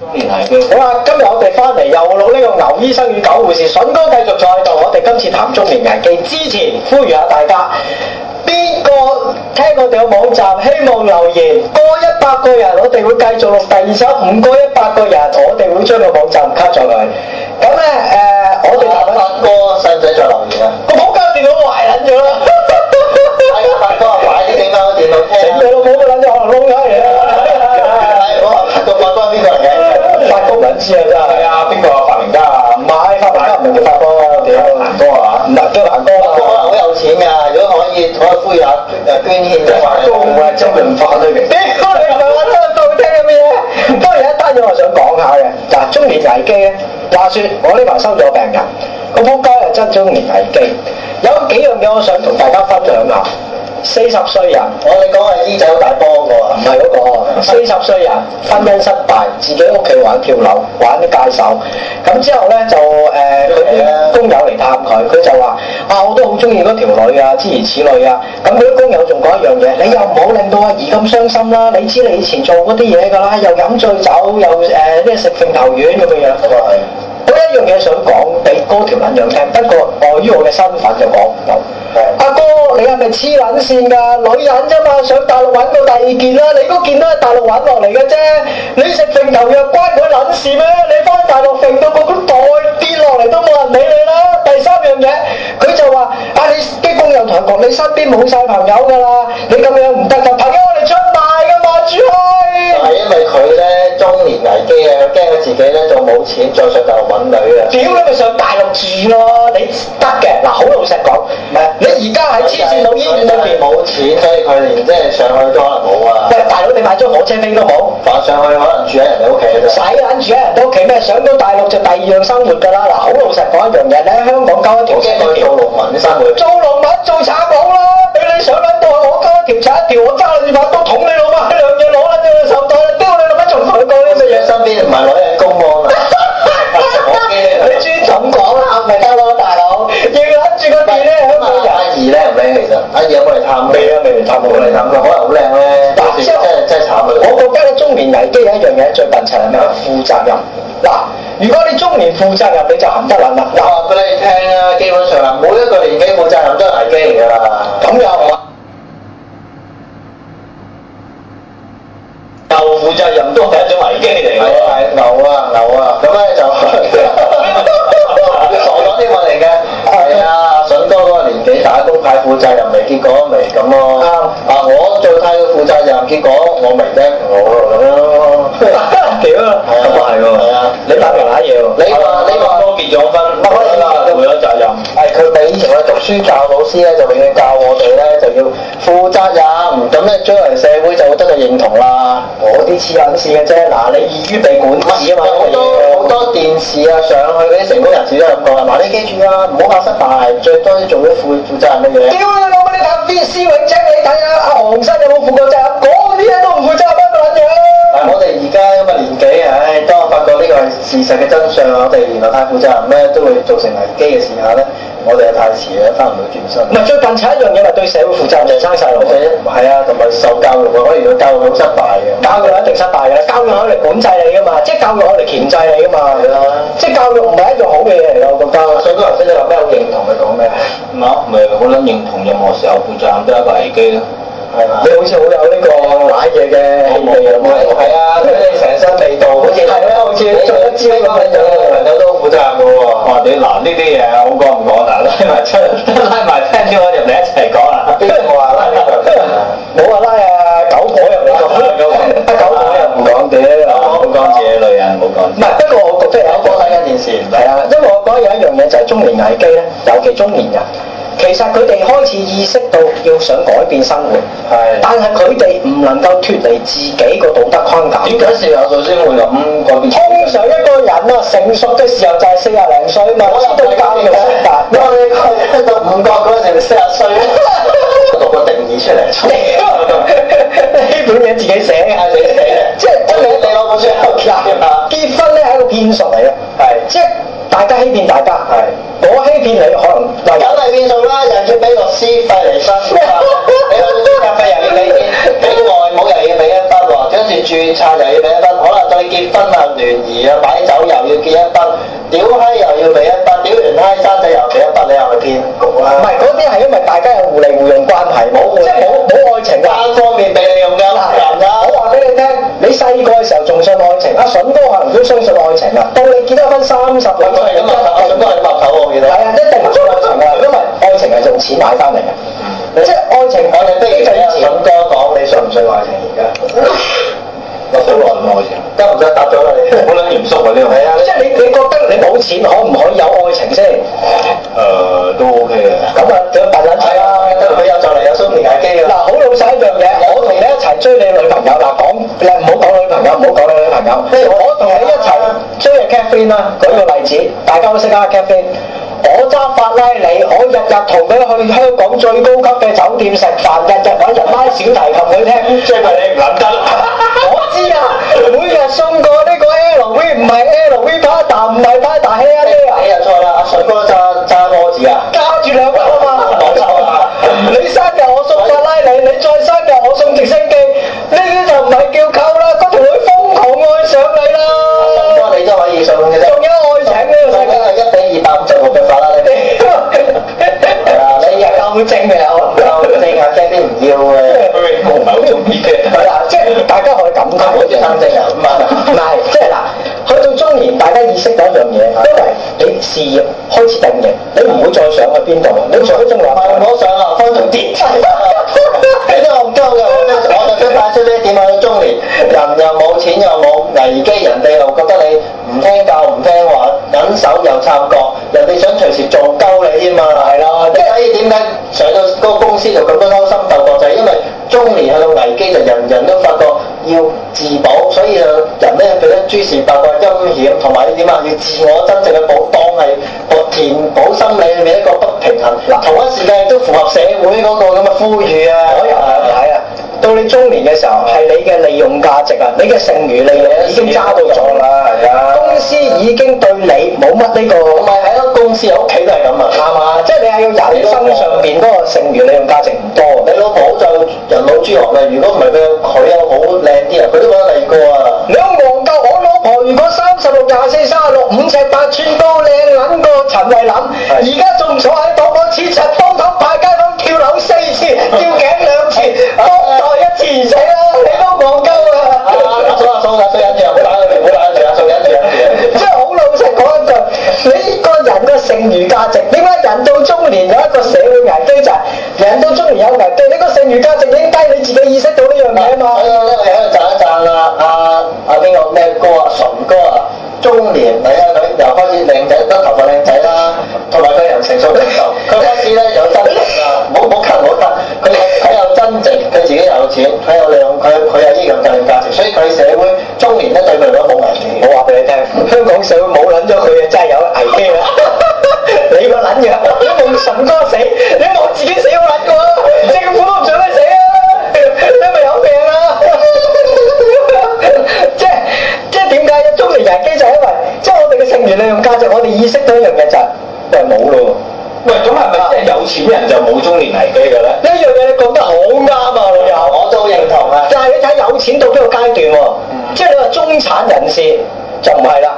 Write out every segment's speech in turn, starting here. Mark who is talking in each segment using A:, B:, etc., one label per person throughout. A: 當然係
B: 好啦，今日我哋翻嚟又錄呢個牛醫生與狗護士，筍哥繼續在度。我哋今次談中年危機之前，呼籲下大家，邊個聽我哋嘅網站，希望留言過一百個人，我哋會繼續錄第二集；唔過一百個人，我哋會將個網站 cut 咗佢。咁咧誒，我哋
A: 阿
B: 談緊
A: 發哥使唔使再留言啊？
B: 個仆街電腦壞撚咗啦，
A: 係啊，發哥啊，快啲整翻個電腦聽
B: 整你！
A: 啊
B: 老母個撚咗可能窿咗嚟啦！
A: 係我話發哥，發哥係邊個嚟嘅？
B: 發哥撚知啊真係。
C: 係啊，邊個發明家啊？
B: 唔係發明家唔係叫發哥，屌
C: 行哥啊？
B: 唔係叫南哥
A: 發哥啊，
B: 啊！
A: 好有錢㗎，如果可以，可以呼籲下誒啊捐獻嘅話
C: 發哥唔係周潤發類型
B: 屌，你唔係話真到聽嘅咩？不過有一單嘢我想講下嘅，嗱，中年危機咧，話説我呢排收咗病人，個仆街係真中年危機，有幾樣嘢我想同大家分享下。四十歲人
A: 我哋講係姨仔好大波個啊
B: 唔！係嗰個，四十歲人婚姻失敗，自己屋企玩跳樓，玩啲戒手，咁之後咧就誒呃佢
A: 啊
B: 啲工友嚟探佢，佢就話：啊，我都好中意嗰條女啊，諸如此類啊。咁佢啲工友仲講一樣嘢，你又唔好令到阿姨咁傷心啦。你知你以前做嗰啲嘢㗎啦，又飲醉酒，又誒咩食揈頭丸咁樣樣。
A: 咁啊係。
B: 我有一樣嘢想講俾嗰條撚樣聽，不過礙於我嘅身份就講唔到。阿哥，你係咪黐撚線㗎？女人啫嘛，上大陸揾個第二件啦，你嗰件都係大陸揾落嚟嘅啫。你食揈頭藥關佢撚事咩？你翻大陸揈到個個袋跌落嚟都冇人理你啦。第三樣嘢，佢就話：啊，你啲工友同佢講，你身邊冇晒朋友㗎啦，啊你咁樣唔得㗎，朋友我哋出賣㗎嘛，主去。
A: 就係因為佢咧中年危機啊，佢驚佢自己咧就冇錢再上大陸揾女啊！
B: 屌你咪上大陸住咯，你得嘅嗱，好老實講，唔係你而家喺黐線佬醫院裏邊冇，
A: 冇錢，所以佢連即係上去都可能冇啊！
B: 喂大佬你買張火車飛都冇，
A: 翻上去可能住喺人哋屋企嘅
B: 使
A: 啫。
B: 撚住喺人哋屋企咩？上到大陸就第二樣生活㗎啦，嗱，好老實講一樣嘢，你喺香港交一條
A: 我
B: 車
A: 驚佢
B: 條
A: 做農民啲生活，
B: 做農民做賊佬啦，俾你上撚到去我交一條賊一條，我揸住把刀捅你老母，兩嘢攞撚咗你手袋，屌你老母仲同佢講啲乜嘢
A: 身？邊唔係女人公安啊！我
B: 你
A: 驚啊！
B: 專咁講啦，咪得咯，大佬，要攬住個面咧，香港人。
A: 阿姨咧唔靚，其實阿姨有冇嚟探？
B: 未啊未嚟探我
A: 冇嚟探佢，可能好靚咧。
B: 嗱
A: 真係真係慘啊！
B: 我覺得咧中年危機有一樣嘢最笨柒係咩？負責任。嗱，如果你中年負責任，你就冚得撚啦。
A: 我話俾你聽啊，基本上啊，每一個年紀負責任都係危機嚟㗎啦。
B: 嗱，咁又係嘛？
C: 又負責任都係一種危機嚟嘅喎。
A: 係牛啊牛啊，咁咧就傻咗啲啊我嚟嘅，係啊，筍哥嗰個年紀打工派負責任嚟，結果咪咁咯。
B: 啱
A: 啊，我做太佢負責任，結果我咪聽我咁樣咯。
B: 屌啊！
C: 咁啊係
A: 係啊
C: 喎，你打條乸嘢喎。
A: 你話你話
C: 多結咗婚，
A: 乜乜
C: 啦，負咗責任。
A: 係佢哋以前嘅讀書教老師咧，就永遠教我哋咧就要負責任，咁咧將來社會就會得到認同啦。
B: 我啲黐撚線嘅啫，嗱，你易於被管治啊嘛，
A: 好多好多電視啊，上去嗰啲成功人士都係咁講啦。嗱，你記住啊，唔好怕失敗，最多做啲負負責任嘅嘢
B: 屌。你老母！你睇 V C 永清，你睇下阿韓生有冇負過責任？嗰啲嘢都唔負責任，乜撚嘢？
A: 啊但係我哋而家咁嘅年紀，唉，當我發覺呢個係事實嘅真相，我哋原來太負責任咧，都會造成危機嘅時候咧，我哋係太遲啦，翻唔到轉身。
B: 唔係最笨柒一樣嘢，咪對社會負責任就係生細路
A: 我。哋係啊，同埋受教育啊，可能個教育好失敗嘅。
B: 教育一定失敗嘅，教育係嚟管制你噶嘛，即係教育係嚟鉗制你噶嘛，
A: 係啦
B: 即係啊教育唔係一樣好嘅嘢嚟㗎，我覺
A: 啊，
B: 得。
A: 水哥頭先你話咩好認同佢講咩？
C: 唔係，咪好撚認同任何時候負責任都係一個危機咯。
A: 係嘛？
B: 你好似好有呢個攋嘢嘅氣味咁
A: 係係啊，佢哋成身味道，好似
B: 係啊好似做得知
A: 你
B: 咁樣
A: 朋友都好負責任嘅喎。
C: 哇！你嗱呢啲嘢好講唔講嗱，拉埋出拉埋聽咗我入嚟一齊講啦。
A: 邊個話啦？
B: 冇話拉啊狗婆又唔講，啊狗婆又唔
C: 唔講屌，唔好講自己女人，唔好
B: 唔
C: 講。
B: 係，不過我覺得有一
A: 我
B: 個
A: 講睇緊電視，
B: 係啊，因為我覺得有一樣嘢就係中年危機咧，尤其中年人，其實佢哋開始意識到要想改變生活，
A: 係
B: 但係佢哋唔能夠脱離自己個道德框架。
A: 點解四廿歲先會咁改變？
B: 通常一個人啊成熟嘅時候就係四廿零歲嘛，知道教育失敗。
A: 因為你講到五角嗰陣四廿歲，讀個定義出嚟。
B: 呢本嘢自己寫嘅，
A: 你死咧！
B: 即係即係
A: 你你攞本書喺度
B: 嗱結婚咧係一個騙術嚟嘅，
A: 係
B: 即係大家欺騙大家，
A: 係
B: 我欺騙你可能
A: 梗係變數啦，又要俾律師費嚟申啊，俾律師費又要俾錢，俾外母又要俾一筆喎，跟住註冊又要俾一筆，可能到你結婚啊聯
B: 啊即
A: 啊
B: 係愛情
A: 我哋不如
B: 非常
A: 聽阿
B: 之
A: 筍哥講，你信唔信愛情而家？
C: 我想耐唔耐先？
A: 得唔得？答咗啦你。
C: 好撚嚴肅啊呢個。
A: 係啊，
B: 即係你你覺得你冇錢可唔可以有愛情先？
C: 誒都 OK 嘅。
B: 咁啊，就笨撚仔
A: 係
B: 啦。
A: 啊，得佢有就嚟有中年危機
B: 嗱，
A: 啊啦。
B: 好老實一樣嘢，我同你一齊追你女朋友，嗱講，你唔好講女朋友，唔好講你女朋友，我同你一齊追你 Catherine 啦，舉個例子，大家都識啊 Catherine。我揸法拉利，我日日同佢去香港最高級嘅酒店食飯，日日揾人拉小提琴佢聽。
C: 即係你唔撚得。
B: 我知啊，每日送個呢個 LV 唔係 LV Prada，唔係 Prada h e r 啊
A: 你又哎錯啦，阿筍哥揸揸波子啊！
B: 加住兩粒啊嘛，冇錯啊！你生日我送法拉利，你再生日我送直升機，呢啲就唔係叫溝啦，嗰條女瘋狂愛上你
A: 筍
B: 啦，
A: 哥你都可以信嘅啫。
B: 仲有愛情呢個
A: 大
B: 世
A: 家
B: 界，
A: 係一比二百五十毫嘅法拉利。係啊，你
B: 你
A: 又
B: 係
A: 夠
B: 夠精嘅我。
A: 夠正啊 k e 唔要嘅，
C: 我唔係好中意嘅。
B: 嗱，即係大家可以咁睇
A: 好似三正啊咁 啊！
B: 唔係，即係嗱，去到中年，大家意識到一樣嘢，因為你事業開始定型，你唔會再想去邊度，你最終
A: 唔係
B: 話
A: 我上啊，分同跌。你都戇鳩嘅，我就想帶出呢一點喺中年，人又冇錢又冇危機，人哋又覺得你唔聽教唔聽話，忍手又插角，人哋想隨時做鳩你添嘛。係咯，所以點解上到嗰個公司就咁多勾心鬥角，就係因為中年去到危機就人人都發覺要自保，所以就人咧變得諸事八卦陰險，同埋點啊要自我真正嘅保，當係個填補心理裏面一個不平衡。嗱，同一時間亦都符合社會嗰個咁嘅呼籲啊。
B: 我又係睇啊！到你中年嘅時候，係你嘅利用價值啊，你嘅剩餘利用已經揸到咗啦，
C: 係啊
B: 公司已經對你冇乜呢個
A: 唔係喺個公司、喺屋企都係咁啊。
B: 啱啊，即係你喺個人生上邊嗰個剩餘利用價值唔多
A: 你。老母就人老珠黃啦，如果唔係佢佢有好靚啲人，佢都覺得你個啊。
B: 你好戇鳩，我老婆如果三十六、廿四、三十六、五尺八寸高，靚撚過陳慧琳，而家仲坐喺度，我切實幫頭派街坊跳樓四次，吊頸兩次，幫代一次，而且啦，你都戇鳩
A: 啊
B: 啊！
A: 阿蘇阿蘇阿蘇忍住，唔好打佢哋，唔好打佢哋，阿蘇忍住忍住。
B: 即係好老實講一句，你個人嘅剩餘價值，點解人到中年有一個社會危機就係、人到中年有危機，你個剩餘價值已經低，你自己意識到呢樣
A: 所
B: 嘢啊嘛
A: 以。咧，我哋喺度讚啊一讚啦，阿阿邊個咩哥啊，純哥啊，中年你啊，佢又開始靚仔，得頭髮靚仔啦，同埋佢人成熟成熟，佢開始咧有真情啦，唔好唔好咳唔好咳，佢佢有真情，佢自己又有錢，佢有量，佢佢有呢樣嘅價值，所以佢社會中年咧對佢嚟講冇危機。
B: 我話俾你聽，香港社會冇撚咗佢嘅，真係有危機 啦！你個撚樣，你望順哥死，你望自己死好撚嘅喎，政府都唔想佢死啊！你咪有病啊！ 即係即係點解中年危機就係因為即係我哋嘅剩餘利用價值，我哋意識到一樣嘢就係、喂冇咯。
C: 喂，咁係咪即係有錢人就冇中年危機嘅咧？
B: 呢樣嘢你講得好啱啊，老友！
A: 我都認同啊。嗯
B: 但係你睇有錢到呢個階段喎，即係你話中產人士就唔係啦。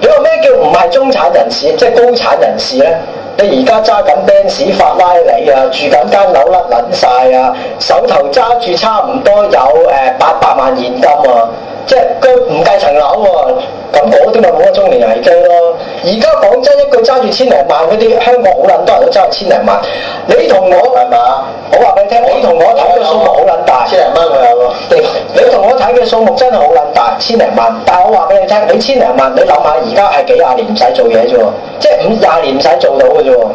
B: 你話咩叫唔係中產人士，即係高產人士咧？你而家揸緊 Benz 法拉利啊，住緊間樓甩撚晒啊，手頭揸住差唔多有誒八百萬現金啊，即係佢唔計層樓喎。咁嗰啲咪冇乜中年危機咯。而家講真一句，揸住千零萬嗰啲，香港好撚多人都揸住千零萬。你同我
A: 係嘛？
B: 我話俾你聽，你同我睇嘅數目好撚大。
A: 千零蚊我有喎。
B: 你同我睇嘅數目真係好撚大，千零萬。但係我話俾你聽，你千零萬，你諗下而家係幾廿年唔使做嘢啫喎，即係五廿年唔使做到嘅啫喎。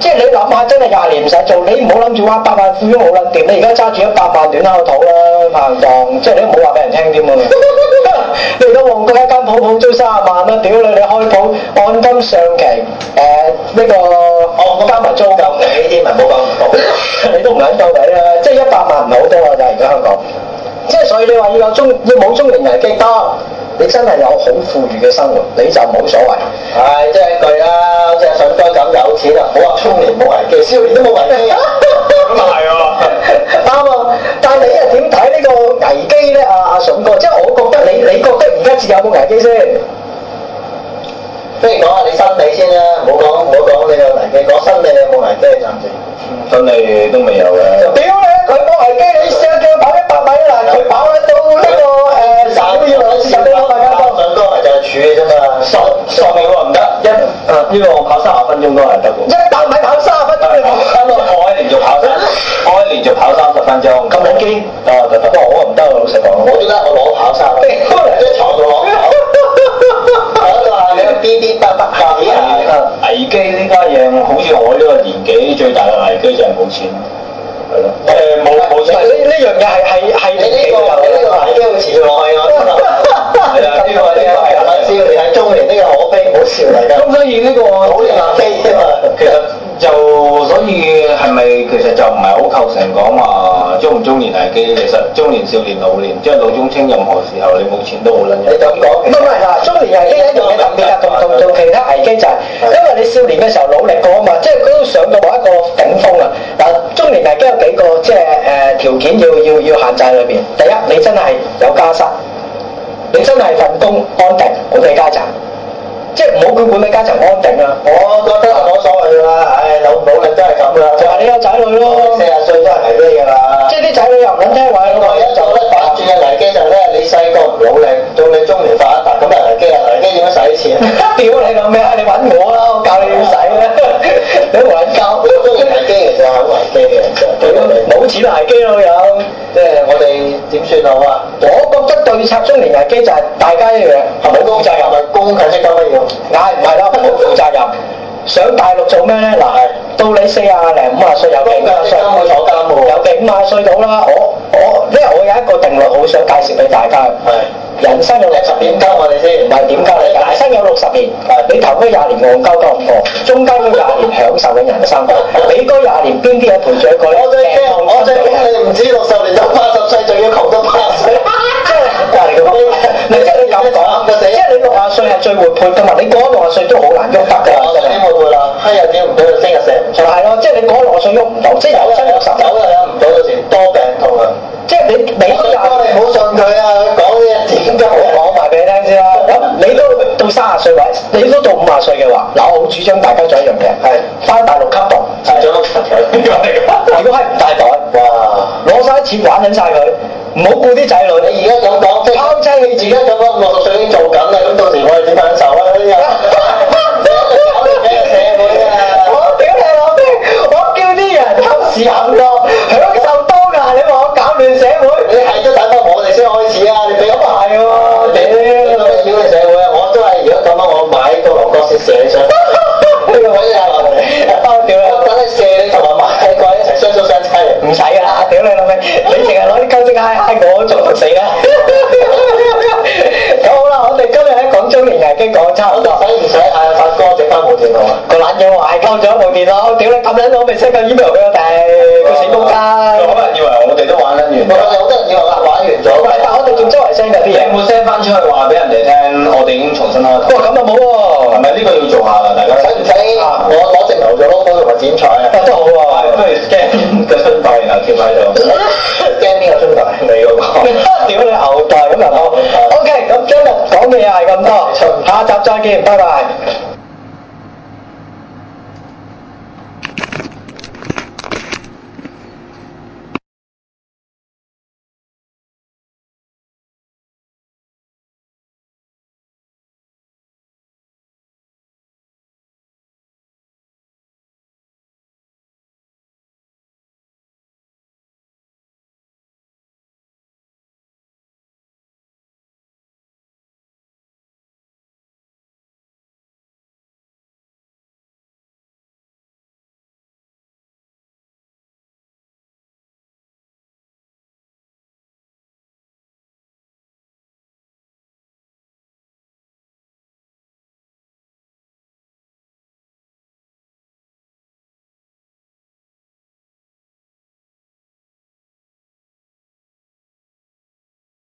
B: 即係你諗下，真係廿年唔使做，你唔好諗住哇百萬富翁好撚掂，你而家揸住一百萬亂敲肚啦，拍人檔，即係你都唔好話俾人聽添 喎。你而家旺角一間鋪鋪租三十萬啦，屌你！你開鋪按金上期，誒、呢、
A: 哦
B: 個加埋租金，
A: 你啲文冇講唔到。
B: 你都唔撚夠底啦，即係一百萬唔係好多啊！就係而家香港，即係所以你話要有中要冇中年危機得，你真係有好富裕嘅生活，你就冇所謂。
A: 唉，即係一句啦，即係筍哥咁有錢啊，好話中年冇危機，少年都冇危機啊，
C: 咁啊係啊！
B: 啱啊！但係你又點睇呢個危機咧？阿阿筍哥，即係我覺得你你覺得而家自己有冇危機先？
A: 不如講下你心理先啦，唔好講唔好講你個危機，講心理你有冇危機暫時。
C: 真係都未有嘅。
B: 屌你！佢冇危機，你試下叫佢跑一百米
A: 啊
B: 嗱，佢跑得到呢個誒
A: 散
B: 十秒兩時間啦，大家都。
A: 筍哥咪就係處嘅啫嘛。
C: 十十米我唔得，一啊呢個我跑三十分鐘都係得
B: 一
C: 嘅。
B: 百米跑三十分鐘，你跑
C: 跑到海連續跑三十分鐘。
B: 咁撚堅
C: 哦，得得。
B: 哇！我唔得啊，老實講。
A: 我點解我攞跑衫啊？即係坐到攞跑。我就話你個 B B 不不掛起啊！
C: 危機呢家嘢，好似我呢個年紀最大嘅危機就係冇錢，係咯。誒冇冇
B: 唔係
C: 錢。
B: 呢呢樣嘢係係係
A: 你呢
B: 年紀
A: 個
B: 都有
A: 你
B: 嘅。
A: 呢個危機好似落去啊！
C: 係啊，呢個
A: 你
C: 呢
A: 唔係
C: 個
A: 笑，你係中年呢個可悲，唔好笑嚟㗎。
C: 咁所以呢個
A: 好年危機啊嘛！
C: 其實就所以係咪其實就唔係好構成講話中唔中年危機？其實中年、少年、老年，即係老中青，任何時候你冇錢都好撚
A: 你
C: 嘢。
A: 咁
B: 唔
A: 講，
B: 係唔係嗱，中年危機一樣嘢特別啊，同同同其他危機就係，因為你少年嘅時候努力過啊嘛，即係佢都上到某一個頂峰啊。嗱，中年危機有幾個即係誒條件要要要限制裏邊。第一，你真係有家室，你真係份工安定，管理階層，即係唔好管管理階層安定啊，
A: 我覺得係冇所謂㗎啦，唉，老老力都係咁㗎啦，
B: 就係你有仔女咯
A: 四，十歲都係危機㗎啦
B: 即。係啲仔女又唔撚聽話，
A: 我而家做咧反轉嘅危機就係咧，你細個唔努力，到你中年發達，咁咪危機啊！危機點樣使錢？
B: 屌你老味啊！你揾我啦，我教你點使啦，你冇人教，
A: 中年危機其實係好危機嘅，其實對我哋，
B: 冇錢危機咯有。
A: 即係我哋點算好啊？
B: 我覺得對策中年危機就係大家一樣，
A: 係咪公
B: 負責
A: 係
B: 任，
A: 咪公強積金啊要？
B: 嗌唔係啦，唔好負責任。上大陸做咩咧？嗱，到你四啊零五啊歲有幾
A: 公
B: 五啊
A: 強積
B: 歲
A: 金，會坐監喎。
B: 有幾五啊歲到啦。我我因為我有一個定律，好想介紹俾大家。
A: 係，
B: 人生有六
A: 你
B: 十
A: 十
B: 年
A: 點，交我哋先，
B: 唔係點交你？人生有六十年，你頭嗰廿年戇鳩鳩咁過，中間嗰廿年享受緊人生，你嗰廿年邊啲嘢陪住一個咧？
A: 我最驚，我最驚你唔知六十年到八十歲，仲要窮到八十歲。
B: 即係隔離個你即係你咁講，即係你六啊歲係最活潑噶嘛，你過咗六啊歲都好難喐得㗎，
A: 我就啲冇會啦，黑日子唔到就星日寫唔出
B: 就。係咯，即係你過咗六啊歲喐唔到，即係有生有十
A: 走
B: 有，
A: 啦，啊有唔到到時多病痛啊！
B: 即係你你
A: 我
B: 都
A: 想幫
B: 廿，
A: 你唔好信佢啊，佢講啲嘢點都好
B: 我講埋俾你聽先啦。咁你都到三啊歲或者你都到五啊歲嘅話，嗱，我好主張大家做一樣嘢，
A: 係
B: 翻大陸吸毒，
A: 係咗佢。
B: 如果係唔帶袋，
A: 哇！
B: 攞晒啲錢玩緊晒佢，唔好顧啲仔女，
A: 你而家咁講，即係
B: 拋妻棄
A: 自
B: 子
A: 己。咁講，六十歲已經做緊啦，咁到時我哋點享受啊？呢啲啊，搞亂俾個社會啊！
B: 我屌你老味！我叫啲人及時行動，享受當下。你話我搞亂社會，
A: 你係都等翻我哋先開始啊！你俾我
B: 咁啊係喎，
A: 你
B: 屌！
A: 老屌你社會啊！我都係如果咁樣，我買個牛角先射上。
B: 呢個位啊，包屌
A: 我
B: 啦！
A: 等你射你同埋買個一齊雙宿相妻啊！
B: 唔使噶啦，屌你老味！你淨係攞啲鳩精嗨嗨我，仲毒死啦！咁好啦，我哋今日喺講中年危機講差唔
A: 我就
B: 多。
A: 使唔使嗌哎發哥整翻部電腦啊？
B: 個懶嘢壞鳩咗部電腦，屌你咁撚佬，咪 send 個 email 俾我哋，個死公
C: 好多
B: 家！
C: 人以為我哋都玩得
A: 我
C: 完。
A: 有好多人以為玩完咗，
B: 喂，但我哋仲周圍 send 嗰啲
C: 你有
B: 嘢。
C: 冇 send 翻出去話俾人哋聽？我哋已經重新開頭。
B: 哇，咁啊冇
C: 係
B: 喎，
C: 咪呢個要做下啦？大家
A: 啊使唔使我攞隻牛做 logo 同埋剪彩啊？
B: 哇真係好喎。
C: 不如 scan 個春袋，
B: 啊
C: 然後貼喺度。
A: 驚邊個出嚟？
C: 你嗰個。
B: 屌你後代咁又好。OK，咁今日講嘅嘢係咁多，下集再見，拜拜。